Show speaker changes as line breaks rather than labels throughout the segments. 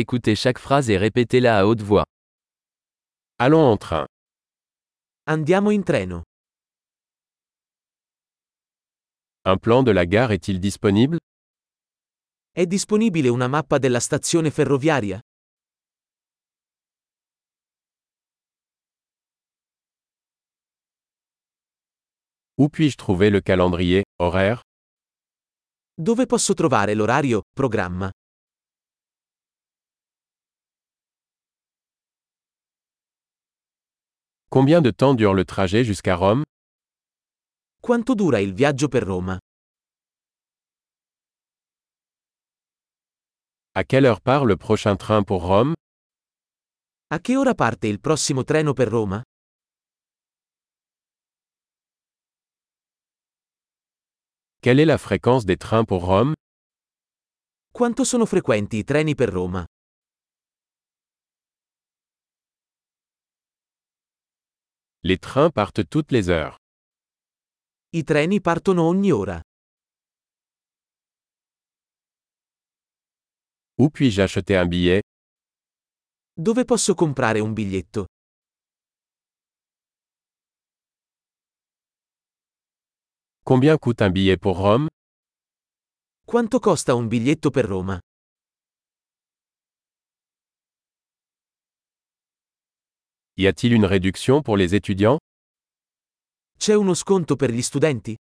Écoutez chaque phrase et répétez-la à haute voix.
Allons en train.
Andiamo in treno.
Un plan de la gare est-il disponible
È disponibile una mappa della stazione ferroviaria?
Où puis-je trouver le calendrier, horaire
Dove posso trovare l'orario, programma?
Combien de temps dure le trajet jusqu'à Rome
Quanto dura il viaggio per Roma?
À quelle heure part le prochain train pour Rome
A che ora parte il prossimo treno per Roma?
Quelle est la fréquence des trains pour Rome
Quanto sono frequenti i treni per Roma?
Les trains partent toutes les heures.
I treni partono ogni ora.
Où puis-je acheter un billet
Dove posso comprare un biglietto?
Combien coûte un billet pour Rome
Quanto costa un biglietto per Roma?
Y a-t-il une réduction pour les étudiants
C'è uno sconto per gli studenti?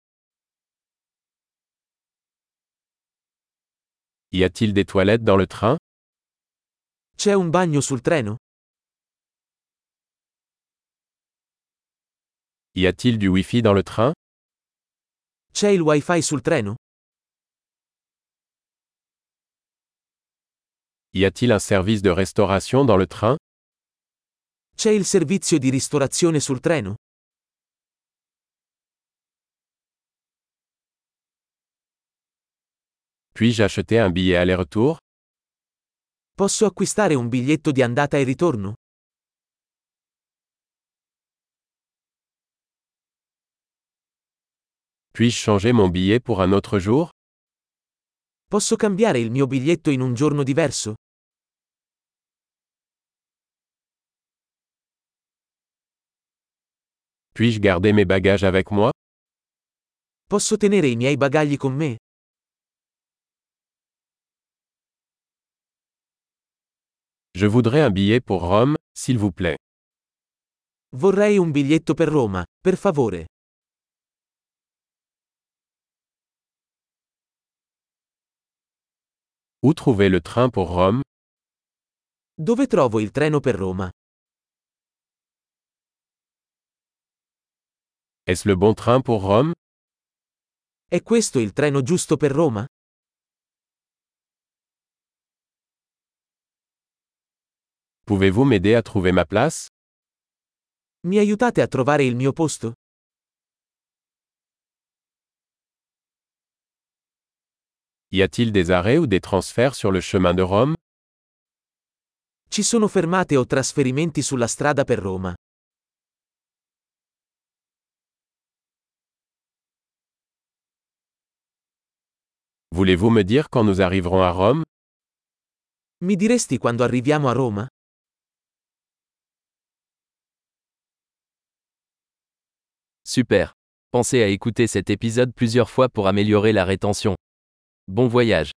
Y a-t-il des toilettes dans le train
C'è un bagno sul treno?
Y a-t-il du Wi-Fi dans le train
C'è il wifi sul treno?
Y a-t-il un service de restauration dans le train
C'è il servizio di ristorazione sul treno?
Puis-je acheter un billet aller-retour
Posso acquistare un biglietto di andata e ritorno?
Puis-je changer mon billet pour un autre jour
Posso cambiare il mio biglietto in un giorno diverso?
Puis-je garder mes bagages avec moi
Posso tenere i miei bagagli con me?
Je voudrais un billet pour Rome, s'il vous plaît.
Vorrei un biglietto per Roma, per favore.
Où trouver le train pour Rome
Dove trovo il treno per Roma?
Est-ce le bon train pour Rome
È questo il treno giusto per Roma?
Pouvez-vous m'aider à trouver ma place
Mi aiutate a trovare il mio posto?
Y a-t-il des arrêts ou des transferts sur le chemin de Rome
Ci sono fermate o trasferimenti sulla strada per Roma.
Voulez-vous me dire quand nous arriverons à Rome
Mi diresti quando arriviamo a Roma?
Super. Pensez à écouter cet épisode plusieurs fois pour améliorer la rétention. Bon voyage.